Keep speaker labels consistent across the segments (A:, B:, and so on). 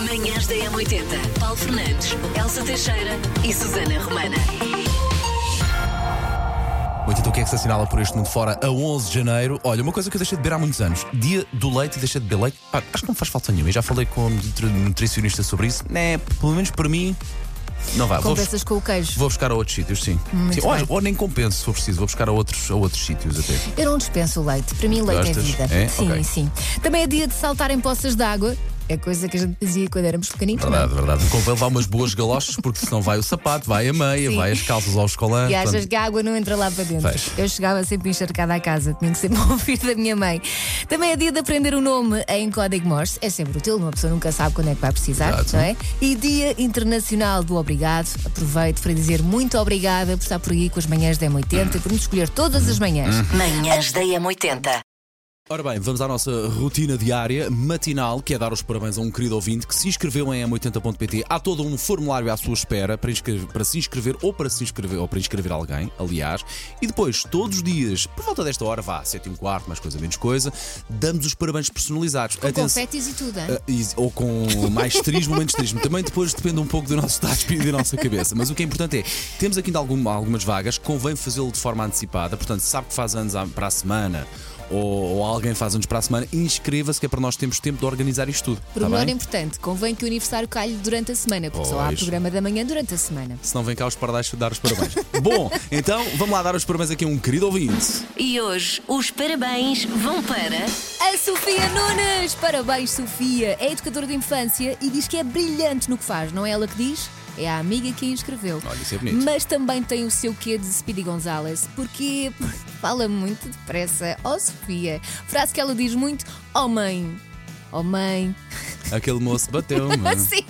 A: Manhãs da M80. Paulo Fernandes, Elsa Teixeira e Susana Romana.
B: Muito então o que é que se assinala por este mundo fora a 11 de janeiro? Olha, uma coisa que eu deixei de beber há muitos anos: dia do leite e deixei de beber leite. Pá, acho que não faz falta nenhuma. Eu já falei com um nutri- nutricionista sobre isso. Né, pelo menos para mim, não vai. Vou, bus-
C: Compensas com o queijo. Hum,
B: vou buscar a outros sítios, sim. Sim,
C: bem.
B: ou, ou nem compenso se for preciso, vou buscar a outros, a outros sítios até.
C: Eu não dispenso o leite. Para mim, leite
B: Gostas?
C: é vida.
B: É?
C: Sim,
B: Ok.
C: sim. Também é dia de saltar em poças de água. É coisa que a gente fazia quando éramos pequeninos. não é?
B: Verdade, verdade. Convém levar umas boas galochas, porque senão vai o sapato, vai a meia,
C: Sim.
B: vai as calças aos colãs.
C: E achas que a água não entra lá para dentro?
B: Pois.
C: Eu chegava sempre encharcada à casa, tinha que sempre ouvir da minha mãe. Também é dia de aprender o nome em código Morse, é sempre útil, uma pessoa nunca sabe quando é que vai precisar,
B: Exato.
C: não é? E Dia Internacional do Obrigado, aproveito para dizer muito obrigada por estar por aí com as manhãs da M80 e por nos escolher todas as manhãs.
B: Uhum.
A: Manhãs da M80.
B: Ora bem, vamos à nossa rotina diária matinal, que é dar os parabéns a um querido ouvinte que se inscreveu em m80.pt. Há todo um formulário à sua espera para, inscrever- para se inscrever ou para se inscrever ou para inscrever alguém, aliás. E depois, todos os dias, por volta desta hora, vá, 7 e um quarto, mais coisa, menos coisa, damos os parabéns personalizados. Atenção-
C: Confetes e tudo, hein?
B: Ah, e- ou com mais trismo, menos trismo. Também depois depende um pouco do nosso estado de espírito e da nossa cabeça. Mas o que é importante é, temos aqui ainda algum- algumas vagas, convém fazê-lo de forma antecipada. Portanto, se sabe que faz anos à- para a semana ou, ou alguém faz anos para a semana, inscreva-se que é para nós termos tempo de organizar isto tudo. Tá
C: Pormenor
B: bem?
C: importante, convém que o aniversário calhe durante a semana, porque só há
B: Pois.
C: programa da manhã durante a semana.
B: Se não vem cá os pardais dar os parabéns. Bom, então vamos lá dar os parabéns aqui a um querido ouvinte.
A: E hoje os parabéns vão para.
C: A Sofia Nunes! Parabéns, Sofia! É educadora de infância e diz que é brilhante no que faz, não é ela que diz? É a amiga que a inscreveu.
B: Olha, isso é bonito.
C: Mas também tem o seu quê de Speedy Gonzalez, porque fala muito depressa. Oh, Sofia! Frase que ela diz muito: Oh, mãe! Oh, mãe!
B: Hum. Aquele moço bateu-me.
C: Sim!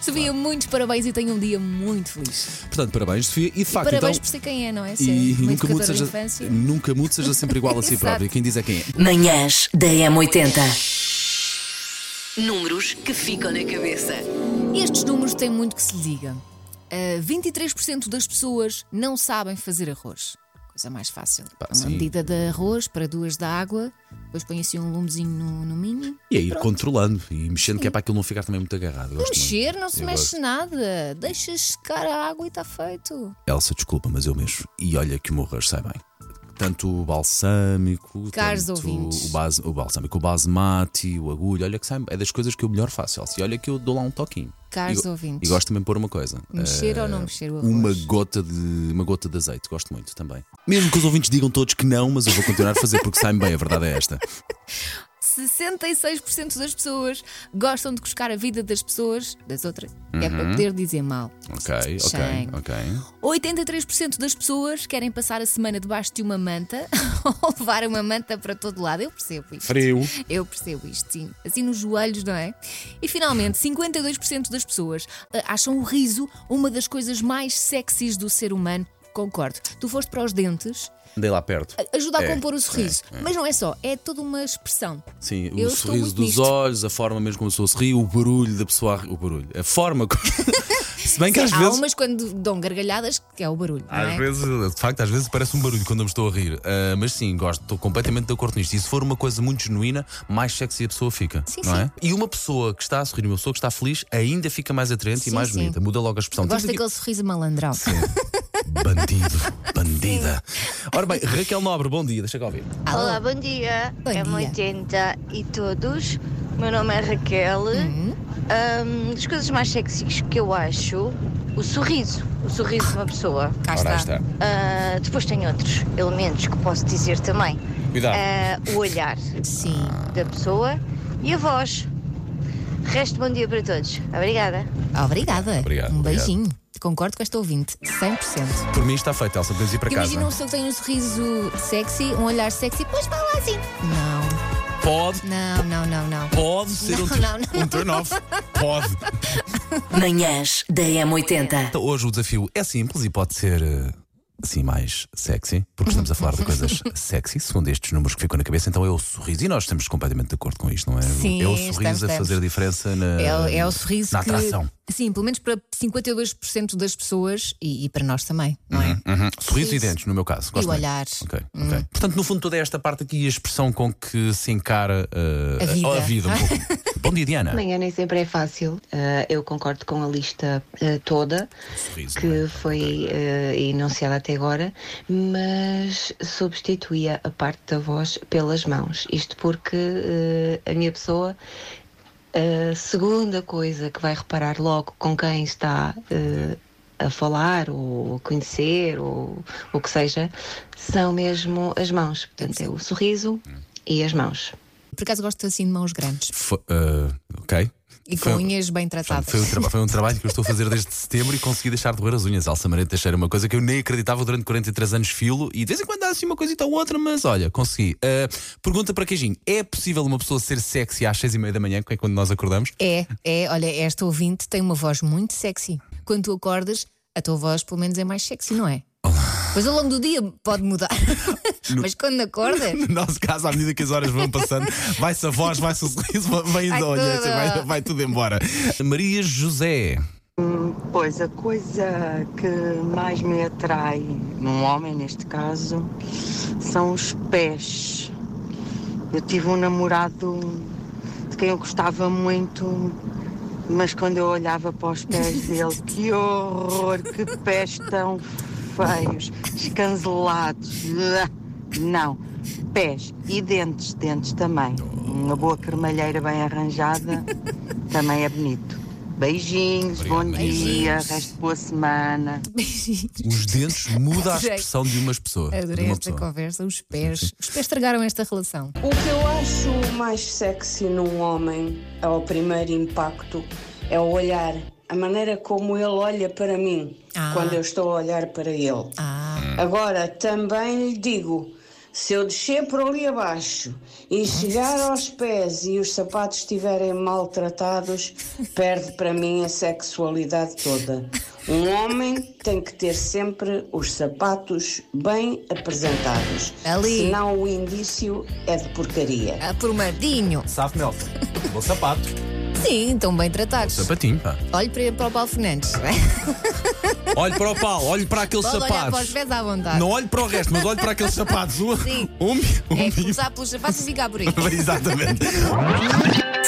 C: Sofia, muitos parabéns e tenha um dia muito feliz.
B: Portanto, parabéns, Sofia. E de facto,
C: parabéns
B: então.
C: por ser quem é, não é? Ser
B: E
C: uma
B: nunca mude,
C: educadora de
B: seja,
C: infância.
B: nunca mude, seja sempre igual a si
C: Exato.
B: próprio. Quem diz é quem é.
A: Manhãs da M80. Números que ficam na cabeça.
C: Estes números têm muito que se lhe diga. Ah, 23% das pessoas não sabem fazer arroz. Coisa mais fácil.
B: Pá,
C: Uma
B: sim.
C: medida de arroz para duas de água, depois põe assim um lumezinho no, no mínimo.
B: E é ir controlando e mexendo, que é para aquilo não ficar também muito agarrado. Eu
C: Não
B: gosto muito.
C: mexer, não se
B: Eu
C: mexe
B: gosto.
C: nada. Deixa secar a água e está feito.
B: Elsa, desculpa, mas eu mexo. E olha que o meu arroz sai bem. Tanto o balsâmico,
C: Caros
B: tanto
C: ouvintes.
B: O, base, o balsâmico, o basmati, o agulho, olha que sai É das coisas que eu melhor faço, Elsa. E olha que eu dou lá um toquinho.
C: Caros
B: e, go-
C: ouvintes.
B: E gosto também de pôr uma coisa.
C: Mexer
B: eh,
C: ou não mexer o arroz?
B: Uma gota, de, uma gota de azeite, gosto muito também. Mesmo que os ouvintes digam todos que não, mas eu vou continuar a fazer porque sai-me bem, a verdade é esta.
C: 66% das pessoas gostam de buscar a vida das pessoas, das outras, que é para poder dizer mal.
B: Uhum. Ok, ok,
C: Sim.
B: ok.
C: 83% das pessoas querem passar a semana debaixo de uma manta ou levar uma manta para todo lado. Eu percebo isto.
B: Frio.
C: Eu percebo isto, sim. Assim nos joelhos, não é? E finalmente, 52% das pessoas ah, acham o riso uma das coisas mais sexys do ser humano. Concordo. Tu foste para os dentes,
B: Andei lá perto.
C: a- ajuda a
B: É,
C: compor o sorriso.
B: é, é.
C: Mas não é só, é toda uma expressão.
B: Sim,
C: Eu
B: o
C: estou
B: sorriso
C: muito
B: dos
C: nisto.
B: olhos, a forma mesmo como a pessoa sorri, o barulho da pessoa. a ri- O barulho. A forma. como- Se bem que às
C: Há
B: vezes.
C: umas quando dão gargalhadas, que é o barulho. não
B: Às
C: é?
B: vezes, de facto, às vezes parece um barulho quando eu me estou a rir. Ah, mas sim, gosto, estou completamente de acordo nisto. E se for uma coisa muito genuína, mais sexy a pessoa fica.
C: Sim,
B: não
C: sim.
B: é? E uma pessoa que está a sorrir, uma pessoa que está feliz, ainda fica mais atraente
C: Sim,
B: e mais
C: sim.
B: bonita. Muda logo a expressão.
C: Gosto
B: Temos aqui-
C: daquele sorriso malandrão.
B: Bandido, bandida. Ora bem, Raquel Nobre, bom dia, deixa cá ouvir.
D: Olá, bom dia.
C: Bom
D: é
C: dia.
D: 80 e todos. O Meu nome é Raquel.
C: Uhum.
D: Ahm, das coisas mais sexys que eu acho, o sorriso. O sorriso de uma pessoa.
C: Cá
B: Ora, aí
C: está.
B: está.
D: Ah, depois tem outros elementos que posso dizer também.
B: Cuidado.
D: Ah, o olhar
C: Sim.
D: da pessoa e a voz. Resto bom dia para todos. Obrigada.
C: Obrigada.
B: Obrigado,
C: um
B: obrigado.
C: beijinho. Concordo com esta ouvinte, 100%.
B: Por é? mim está feito, Elsa, podemos ir para
C: Porque
B: casa.
C: imagina uma pessoa que tem um sorriso sexy, um olhar sexy, pois vai lá assim. Não,
B: Pode
C: não, não, não, não.
B: Pode ser
C: Não,
B: um,
C: não, não.
B: um turn off. Pode.
A: Manhãs da M80.
B: Então, hoje o desafio é simples e pode ser eh, assim mais sexy, porque estamos a falar de coisas sexy, segundo estes números que ficam na cabeça, então é o sorriso. E nós estamos completamente de acordo com isto, não é?
C: Sim,
B: é o
C: estamos,
B: sorriso a
C: estamos.
B: fazer diferença na,
C: É o- é o sorriso
B: Ah, na
C: que-
B: atração.
C: Sim, pelo menos para 52% das pessoas e, e para nós também, não é?
B: Uhum. Sorriso e
C: Sorriso.
B: dentes, no meu caso.
C: E o
B: Gosto muito.
C: olhar. Hum.
B: Ok, ok. Portanto, no fundo, toda esta parte aqui e a expressão com que se encara eh,
C: A vida.
B: um pouco. Bom dia, Diana.
E: Amanhã nem sempre é fácil. Ah, eu concordo com a lista ah, toda
B: Sorriso. não é?
E: que foi ah, enunciada até agora, mas substituía a parte da voz pelas mãos. Isto porque ah, a minha pessoa. A segunda coisa que vai reparar logo com quem está ah, a falar ou a conhecer ou o que seja são mesmo as mãos. Portanto, é o sorriso e as mãos.
C: Por acaso gosto assim de mãos grandes
B: Foi- eh, ok.
C: e
B: Foi-
C: com unhas bem
B: Portanto,
C: tratadas.
B: Foi um, traba- foi um trabalho que eu estou a fazer desde setembro e consegui deixar de roer as unhas. Alça Maria Teixeira, uma coisa que eu nem acreditava durante 43 anos filo e de vez em quando dá assim uma coisita ou outra, mas olha, consegui. Ah, pergunta para Queijinho: é possível uma pessoa ser sexy às 6 e meia da manhã, que é quando nós acordamos?
C: É, é, olha, esta ouvinte tem uma voz muito sexy. Quando tu acordas, a tua voz pelo menos é mais sexy, não é? Pois ao longo do dia pode mudar. Mas quando acordas.
B: No nosso caso, à medida que as horas vão passando, vai-se a voz, vai-se o sorriso, vai,
C: Vai
B: vai, olha,
C: tudo.
B: vai, vai tudo embora. Maria José.
F: Pois a coisa que mais me atrai num homem, neste caso, são os pés. Eu tive um namorado de quem eu gostava muito, mas quando eu olhava para os pés dele, que horror, que pés tão feios, escancelados. Não, pés e dentes, dentes também. Uma boa cremalheira bem arranjada também é bonito. Beijinhos,
B: Obrigado,
F: bom
B: Maria José.
F: dia, resto de boa semana.
B: Os dentes mudam a
C: Adorei.
B: expressão de umas pessoas. de
C: Adorei
B: uma
C: esta
B: pessoa.
C: conversa, os pés. Os pés estragaram esta relação.
G: O que eu acho mais sexy num homem é o primeiro impacto, é o olhar, a maneira como ele olha para mim
C: Ah.
G: quando eu estou a olhar para ele.
C: Ah,
G: Agora, também lhe digo, se eu descer por ali abaixo e chegar aos pés e os sapatos estiverem maltratados, perde para mim a sexualidade toda. Um homem tem que ter sempre os sapatos bem apresentados.
C: Ali.
G: Senão o indício é de porcaria.
C: Ah, aprumadinho.
B: Sabe, Mel? Bom sapato.
C: Sim, estão bem tratados.
B: Sapatinho, pá.
C: Olhe para, para o Paulo Fernandes.
B: Olhe para o pau, olhe para aqueles
C: Pode olhar para os
B: sapatos.
C: pés à vontade.
B: Não olhe para o resto, mas olhe para aqueles sapatos. Um,
C: Sim.
B: um, um
C: É
B: bife.
C: começar pelos sapatos e ficar por aí.
B: Exatamente.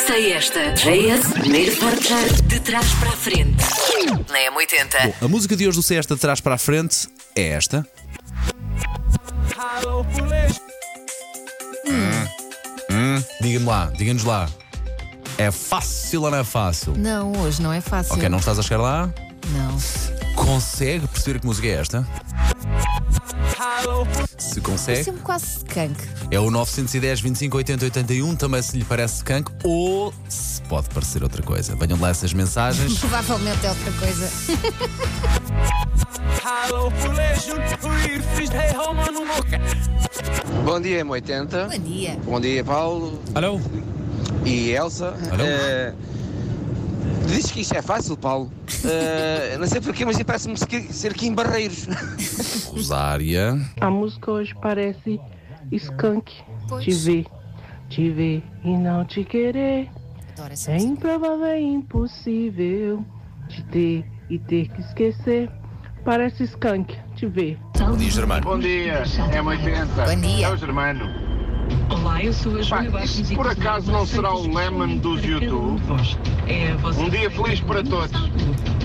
A: Sei esta. JS, primeiro forjar de trás para a frente. Na M80.
B: A música de hoje do Cesta de trás para a frente é esta. Hum. Hum. Diga-me lá, diga-nos lá. É fácil ou não é fácil?
C: Não, hoje não é fácil.
B: Ok, não estás a chegar lá?
C: Não.
B: Consegue perceber que música é esta? Se
C: É
B: consegue,
C: sempre quase canque.
B: é o 910 25 80 81. Também se lhe parece canco ou se pode parecer outra coisa. Venham lá essas mensagens.
C: Provavelmente é outra coisa.
H: Bom dia, M80.
C: Bom dia.
H: Bom dia, Paulo
B: Alô?
H: e Elsa.
B: Alô?
H: Eh, Diz que isto é fácil, Paulo. Eh, não sei porquê, mas parece-me que- ser aqui em Barreiros.
B: Rosária.
I: A música hoje parece skunk.
C: Pois.
I: Te ver, te ver e não te querer.
C: Adoro essa
I: É
C: música.
I: improvável, é impossível te ter e ter que esquecer. Parece skunk, te ver.
B: Bom dia, Germano.
J: Bom dia, é 80.
C: Bom dia.
J: É o Germano.
K: Olá, eu sou a
J: Pá,
K: Júlia Bastos
J: isso
K: e
J: por
K: cozinho
J: acaso não será o
K: receitas
J: Lemon dos
K: para cada um de
J: YouTube?
K: vós. É a vossa
J: Um dia feliz para todos.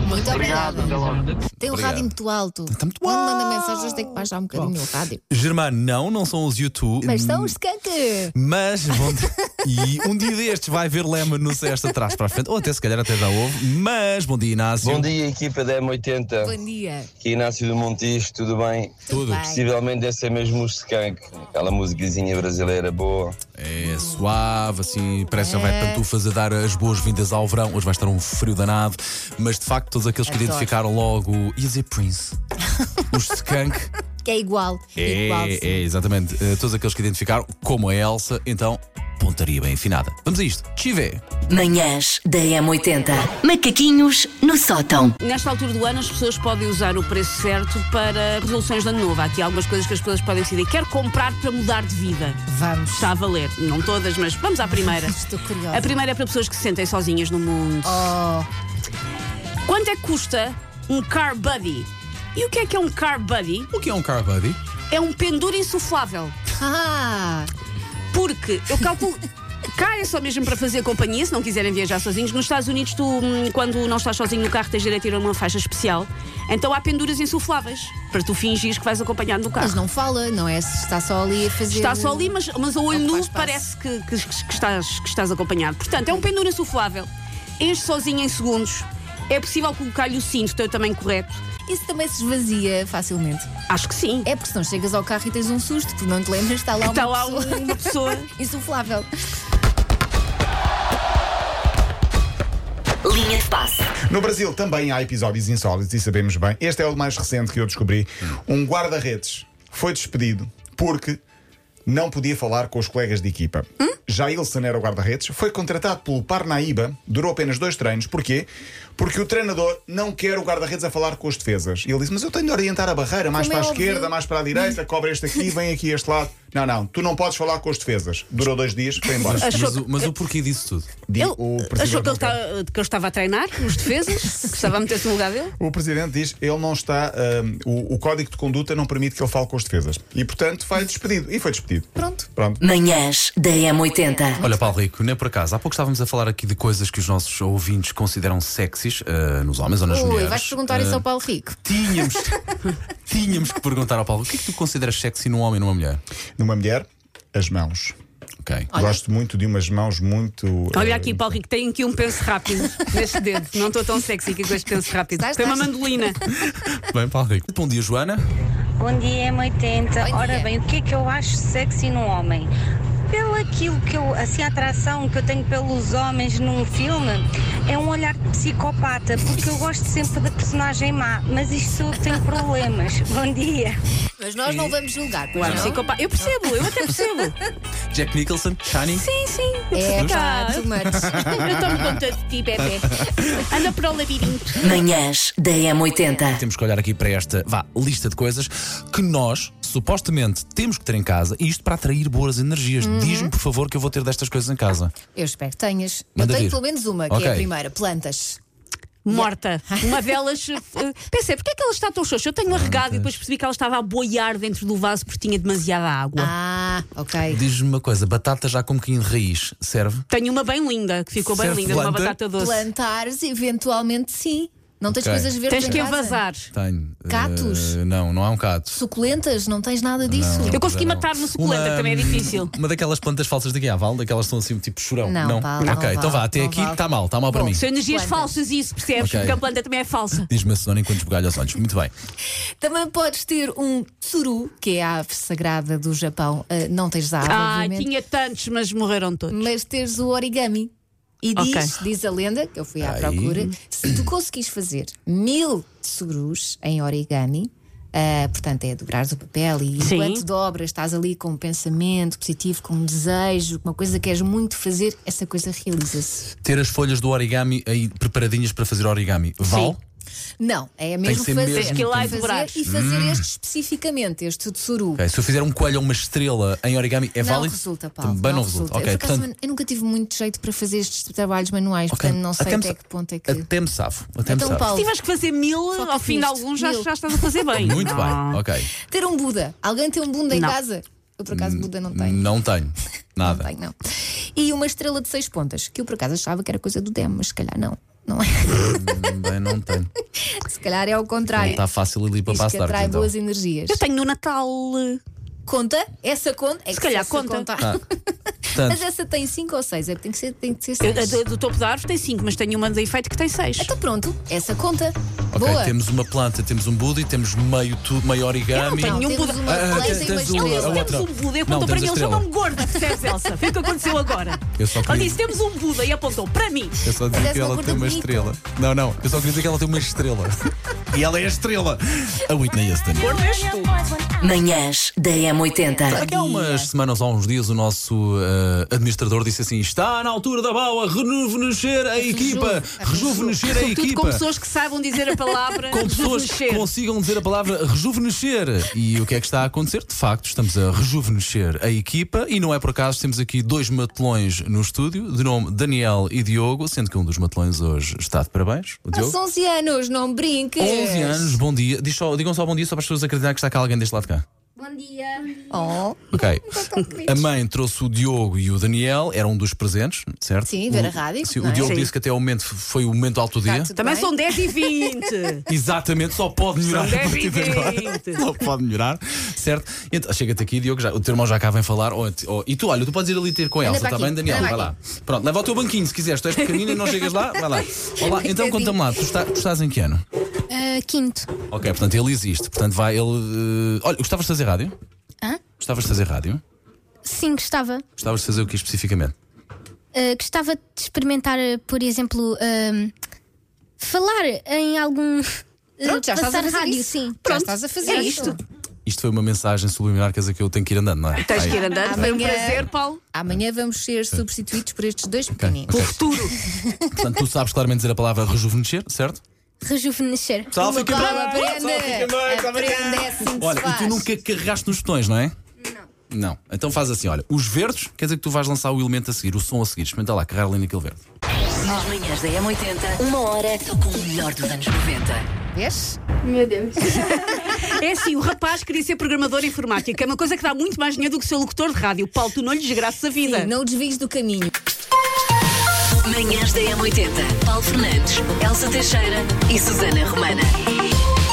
C: Muito
J: Obrigado, até
C: obrigada.
J: logo.
C: Tem um
B: Obrigado.
C: rádio muito alto.
B: Está muito
C: Quando
B: alto.
C: manda mensagens tem que baixar um bocadinho o rádio.
B: Germano, não, não são os YouTube.
C: Mas são os skunk.
B: Mas vão ter- e um dia destes vai ver Lema no Cesta de trás para a frente, ou até se calhar até já houve. Mas bom dia, Inácio.
L: Bom dia, equipa da M80.
C: Bom dia.
L: Aqui Inácio do Montijo, tudo bem?
B: Tudo.
C: Bem.
L: Possivelmente deve ser mesmo o Skank, aquela musiquinha brasileira boa.
B: É suave, assim, parece que já vai
C: É.
B: pantufas a dar as boas-vindas ao verão. Hoje vai estar um frio danado, mas de facto, todos aqueles que
C: Adoro.
B: identificaram logo Easy Prince, os Skunk.
C: Que é igual. igual.
B: É,
C: sim.
B: é, exatamente. Eh, todos aqueles que identificaram, como a Elsa, então, pontaria bem afinada. Vamos a isto. Chivé.
A: Manhãs da M80. Macaquinhos no sótão.
K: Nesta altura do ano, as pessoas podem usar o preço certo para resoluções de ano novo. Há aqui algumas coisas que as pessoas podem decidir. Quer comprar para mudar de vida.
C: Vamos.
K: Está a valer. Não todas, mas vamos à primeira.
C: Estou curiosa.
K: A primeira é para pessoas que se sentem sozinhas no mundo.
C: Oh,
K: Quanto é que custa um car buddy? E o que é que é um car buddy?
B: O que é um car buddy?
K: É um pendura insuflável.
C: Ah!
K: Porque eu calculo. Cá é só mesmo para fazer companhia, se não quiserem viajar sozinhos. Nos Estados Unidos, tu, hum, quando não estás sozinho no carro, tens direito a ir a uma faixa especial. Então há penduras insufláveis para tu fingires que vais acompanhado no carro.
C: Mas não fala, não é? Se está só ali a fazer. um-
K: Está só ali, mas, mas a olho
C: Ocupar
K: nu
C: espaço.
K: parece que, que- que estás, que estás acompanhado. Portanto, é um pendura insuflável. Enche sozinho em segundos. É possível colocar-lhe o cinto, teu tamanho correto.
C: Isso também se esvazia facilmente.
K: Acho que sim.
C: É porque se não chegas ao carro e tens um susto, porque não te lembras, está lá uma
K: Está lá um-
C: pessoa.
K: uma pessoa.
C: Insuflável.
A: Linha de passe.
M: No Brasil também há episódios insólitos e sabemos bem. Este é o mais recente que eu descobri.
B: Hum.
M: Um guarda-redes foi despedido porque não podia falar com os colegas de equipa.
C: Hum?
M: Jailson era o guarda-redes, foi contratado pelo Parnaíba, durou apenas dois treinos. Porquê? Porque o treinador não quer o guarda-redes a falar com os defesas. E ele disse: Mas eu tenho de orientar a barreira mais
N: Como
M: para a
N: é óbvio.
M: esquerda, mais para a direita, cobre este aqui, vem aqui este lado. Não, não, tu não podes falar com os defesas. Durou dois dias, foi embora.
K: Mas- mas Achou- o- mas o
B: porquê disso tudo?
K: Ele achou que, ele estava, que eu estava a treinar, os defesas, que estava a meter-se no lugar dele.
M: O presidente diz ele não está. hum, o, o código de conduta não permite que ele fale com os defesas. E, portanto, foi despedido. E foi despedido.
C: Pronto.
M: Pronto.
A: Manhãs da M80.
B: Olha, Paulo Rico, nem por acaso. Há pouco estávamos a falar aqui de coisas que os nossos ouvintes consideram sexys, eh, nos homens ou nas
C: Ui,
B: mulheres.
C: vais perguntar
B: Eh,
C: isso ao Paulo Rico.
B: Tínhamos. Tínhamos que perguntar ao Paulo: o que é que tu consideras sexy num homem e numa mulher?
M: Numa mulher, as mãos.
B: Ok.
M: Gosto muito de umas mãos muito.
K: Olha
M: hum,
K: aqui, Paulo Rico, tem aqui um penso rápido neste dedo. Não estou tão sexy que com este penso rápido. Tem uma mandolina.
B: Bem, Paulo Rico. Bom dia, Joana.
O: Bom dia, M80. Ora bem, o que é que eu acho sexy num homem? Pelo aquilo que eu, assim, a atração que eu tenho pelos homens num filme é um olhar de psicopata, porque eu gosto sempre da personagem má, mas isto sou eu que tenho um problemas. Bom dia.
C: Mas nós
K: É.
C: não vamos julgar.
K: Claro, psicopata. Eu percebo, eu até percebo.
B: Jack Nicholson, Shani.
K: Sim, sim.
B: É,
K: Justo.
B: pá, too much.
K: Eu tomo conta de ti, bebê. Anda para o labirinto.
A: Manhãs da M80.
B: Temos que olhar aqui para esta vá, lista de coisas que nós, supostamente, temos que ter em casa, e isto para atrair boas energias.
C: Uhum.
B: Diz-me, por favor, que eu vou ter destas coisas em casa.
C: Eu espero que tenhas.
B: Manda
C: eu tenho
B: vir.
C: pelo menos uma, que é
B: Ok.
C: a primeira: plantas.
K: Morta. Uma delas. eh, eh, Pensei, porquê é que ela está tão xoxa? Eu tenho
B: Ah,
K: uma regada e depois percebi que ela estava a boiar dentro do vaso porque tinha demasiada água.
C: Ah, ok.
B: Diz-me uma coisa: batata já com um bocadinho de raiz serve?
K: Tenho uma bem linda, que ficou bem
B: Serve
K: linda, uma
B: é planta?
K: batata doce.
C: Plantares, eventualmente sim. Não tens
B: Ok.
C: coisas verdes.
K: Tens
C: em
K: que
C: casa?
K: avasar.
B: Tenho.
C: Catos?
B: Eh, não, não há um cato.
C: Suculentas, não tens nada disso.
B: Não, não. Uma- hum,
C: que
B: Uma daquelas plantas falsas de Guiaval, daquelas que são assim tipo chorão.
C: Não, Paulo, não
B: ok,
C: vale,
B: então vá, até
C: não
B: aqui
C: vale.
B: está mal, está mal para
K: Bom,
B: mim.
K: São energias falsas, isso, percebes?
B: Ok.
K: Porque a planta também é falsa.
B: Diz-me a Sonora enquanto esbugalha os olhos. Muito bem.
C: Também podes ter um tsuru, que é a ave sagrada do Japão. Ah, não tens a ave,
K: Ai,
C: obviamente.
K: tinha tantos, mas morreram todos.
C: Mas teres o origami. E
K: Ok.
C: diz, diz a lenda, que eu fui à
K: Ai.
C: procura, se tu conseguis fazer mil surus em origami, ah, portanto é dobrares o papel e
K: Sim.
C: enquanto dobras estás ali com um pensamento positivo, com um desejo, com uma coisa que queres muito fazer, essa coisa realiza-se.
B: Ter as folhas do origami aí preparadinhas para fazer origami. Val?
C: Não, é
B: Tem que
C: mesmo
B: ser
C: fazer.
B: mesmo. Tens que ir lá e
C: fazer
B: dobrares.
C: e fazer
B: Hum.
C: este especificamente, este tsuru.
B: Ok, Se eu fizer um coelho ou uma estrela em origami, é
C: não
B: válido?
C: resulta, Paulo.
B: Também não, resulta.
C: Eu,
B: Ok,
C: por acaso,
B: portanto,
C: eu nunca tive muito jeito para fazer estes trabalhos manuais, portanto não sei
B: até me
C: até
B: sa-
C: que ponto é que.
B: até me savo. Até me
C: Então,
B: savo.
C: Paulo,
K: Se tiveres que fazer mil,
C: Foca
K: ao fim de
C: nisto,
K: alguns já,
C: mil.
K: já estás a fazer bem. Ah.
B: Muito bem, ok.
C: Ter um Buda. Alguém tem um Buda em
B: Não.
C: casa? Eu, por acaso, Buda não tenho.
B: Não tenho. Nada.
C: Não tenho, não. E uma estrela de seis pontas, que eu, por acaso, achava que era coisa do Demo, mas se calhar não. Não é?
B: Bem, não tenho.
C: Se calhar é ao
B: Não
C: contrário.
B: está fácil ali para
C: Diz que
B: passar.
C: atrai
B: Então.
C: boas energias. Eu
K: tenho no Natal. eh,
C: Conta? Essa conta? É se
K: calhar conta.
B: Ah,
C: Mas eh,
B: portanto,
C: essa tem cinco ou seis é que tem que ser, tem que ser
K: Eu-
C: seis.
K: a do- do topo da árvore tem 5, mas tenho uma de efeito que tem 6.
C: Então pronto, essa conta.
B: ok,
C: Boa.
B: temos uma planta, temos um Buda e temos meio, tu, meio origami.
K: Eu não tenho um Buda.
B: Ah, ah, tens- tens o- a
K: Ele disse,
B: outra.
K: temos um Buda e
B: Não, tens
K: apontou para mim.
B: a
K: Ele
B: estrela.
K: chamou-me gorda, percebes, Elsa? Foi o que aconteceu agora.
B: Eu só
K: Ele
B: queria-
K: disse, temos um Buda e apontou para mim.
C: é-
B: Eu só dizia que ela tem uma estrela. Não, não, eu só queria dizer que ela tem uma estrela. e ela é a estrela. A Whitney Houston.
A: Manhãs da M80. M80.
B: Há umas semanas ou uns dias o nosso eh, administrador disse assim: está na altura da bala rejuvenescer a equipa, rejuvenescer a
K: Sobretudo com
B: equipa.
K: pessoas que saibam dizer a palavra
B: Com pessoas que
K: rejuvenescer.
B: consigam dizer a palavra rejuvenescer. E o que é que está a acontecer? De facto, estamos a rejuvenescer a equipa e não é por acaso temos aqui dois matelões no estúdio, de nome Daniel e Diogo, sendo que um dos matelões hoje está de parabéns, o
C: Há
B: Diogo.
C: 11 anos, não brinques.
B: 11 anos, bom dia. Diz só- digam só bom dia só para as pessoas acreditarem que está cá alguém deste lado de cá.
C: Bom dia. Oh.
B: Ok.
C: queridos.
B: A mãe trouxe o Diogo e o Daniel, era um dos presentes, certo?
C: Sim, ver a
B: O-
C: rádio,
B: sim,
C: não
B: o
C: é?
B: Diogo
C: Sim.
B: disse que até o momento f- foi o momento alto do dia.
K: Também são 10 e 20.
B: Exatamente, só pode melhorar
K: São
B: a partir de agora.
K: 10 e 20.
B: Só pode melhorar, certo? Então, chega-te aqui, Diogo, já, o teu irmão já cá vem falar. ou- ou- e tu, olha, tu podes ir ali ter com
C: Anda
B: ela,
C: para
B: está
C: aqui,
B: bem, Daniel?
C: anda
B: Vai
C: para
B: lá. Pronto, leva o teu banquinho se quiseres. Tu és pequenina e não chegas lá, vai lá. Olá, então
N: Coitadinho.
B: conta-me lá, tu, está- tu estás em que ano?
N: Ah, quinto.
B: Ok, portanto ele existe, portanto vai ele. eh, olha, gostavas de fazer rádio?
N: Hã?
B: Gostavas de fazer rádio?
N: Sim, gostava.
B: Gostavas de fazer o que especificamente?
N: Ah, gostava de experimentar, ah, por exemplo, ahm, falar em algum.
C: Pronto,
N: passar
C: já estás a fazer
N: rádio,
C: isso.
N: sim.
C: Já estás a fazer isto.
B: Isto foi uma mensagem subliminar, quer dizer que eu tenho que ir andando, não é?
K: Tens que ir
B: Ai,
K: andando. Foi um prazer, Paulo.
C: Amanhã vamos ser substituídos por estes dois pequeninos.
B: É. ok.
K: futuro.
B: Portanto, tu sabes claramente dizer a palavra rejuvenescer, certo?
N: Rejuvenescer.
B: Pessoal, fica bem.
N: aprende. Aprende é assim que
B: Olha,
N: se
B: e
N: faz.
B: tu nunca carregaste nos botões, não é? Não. Não. Então faz assim, olha, os verdes, quer dizer que tu vais lançar o elemento a seguir, o som a seguir. Experimenta lá, carregar ali naquele verde.
A: Às manhãs da M80, uma hora com o melhor dos anos 90.
C: Vês?
K: Meu Deus. É assim, o rapaz queria ser programador informático. É uma coisa que dá muito mais dinheiro do que ser locutor de rádio. Paulo, tu não lhe desgraças a vida.
B: É.
C: não o desvies do caminho.
A: Manhãs da M80. Paulo Fernandes, Elsa Teixeira e Susana Romana.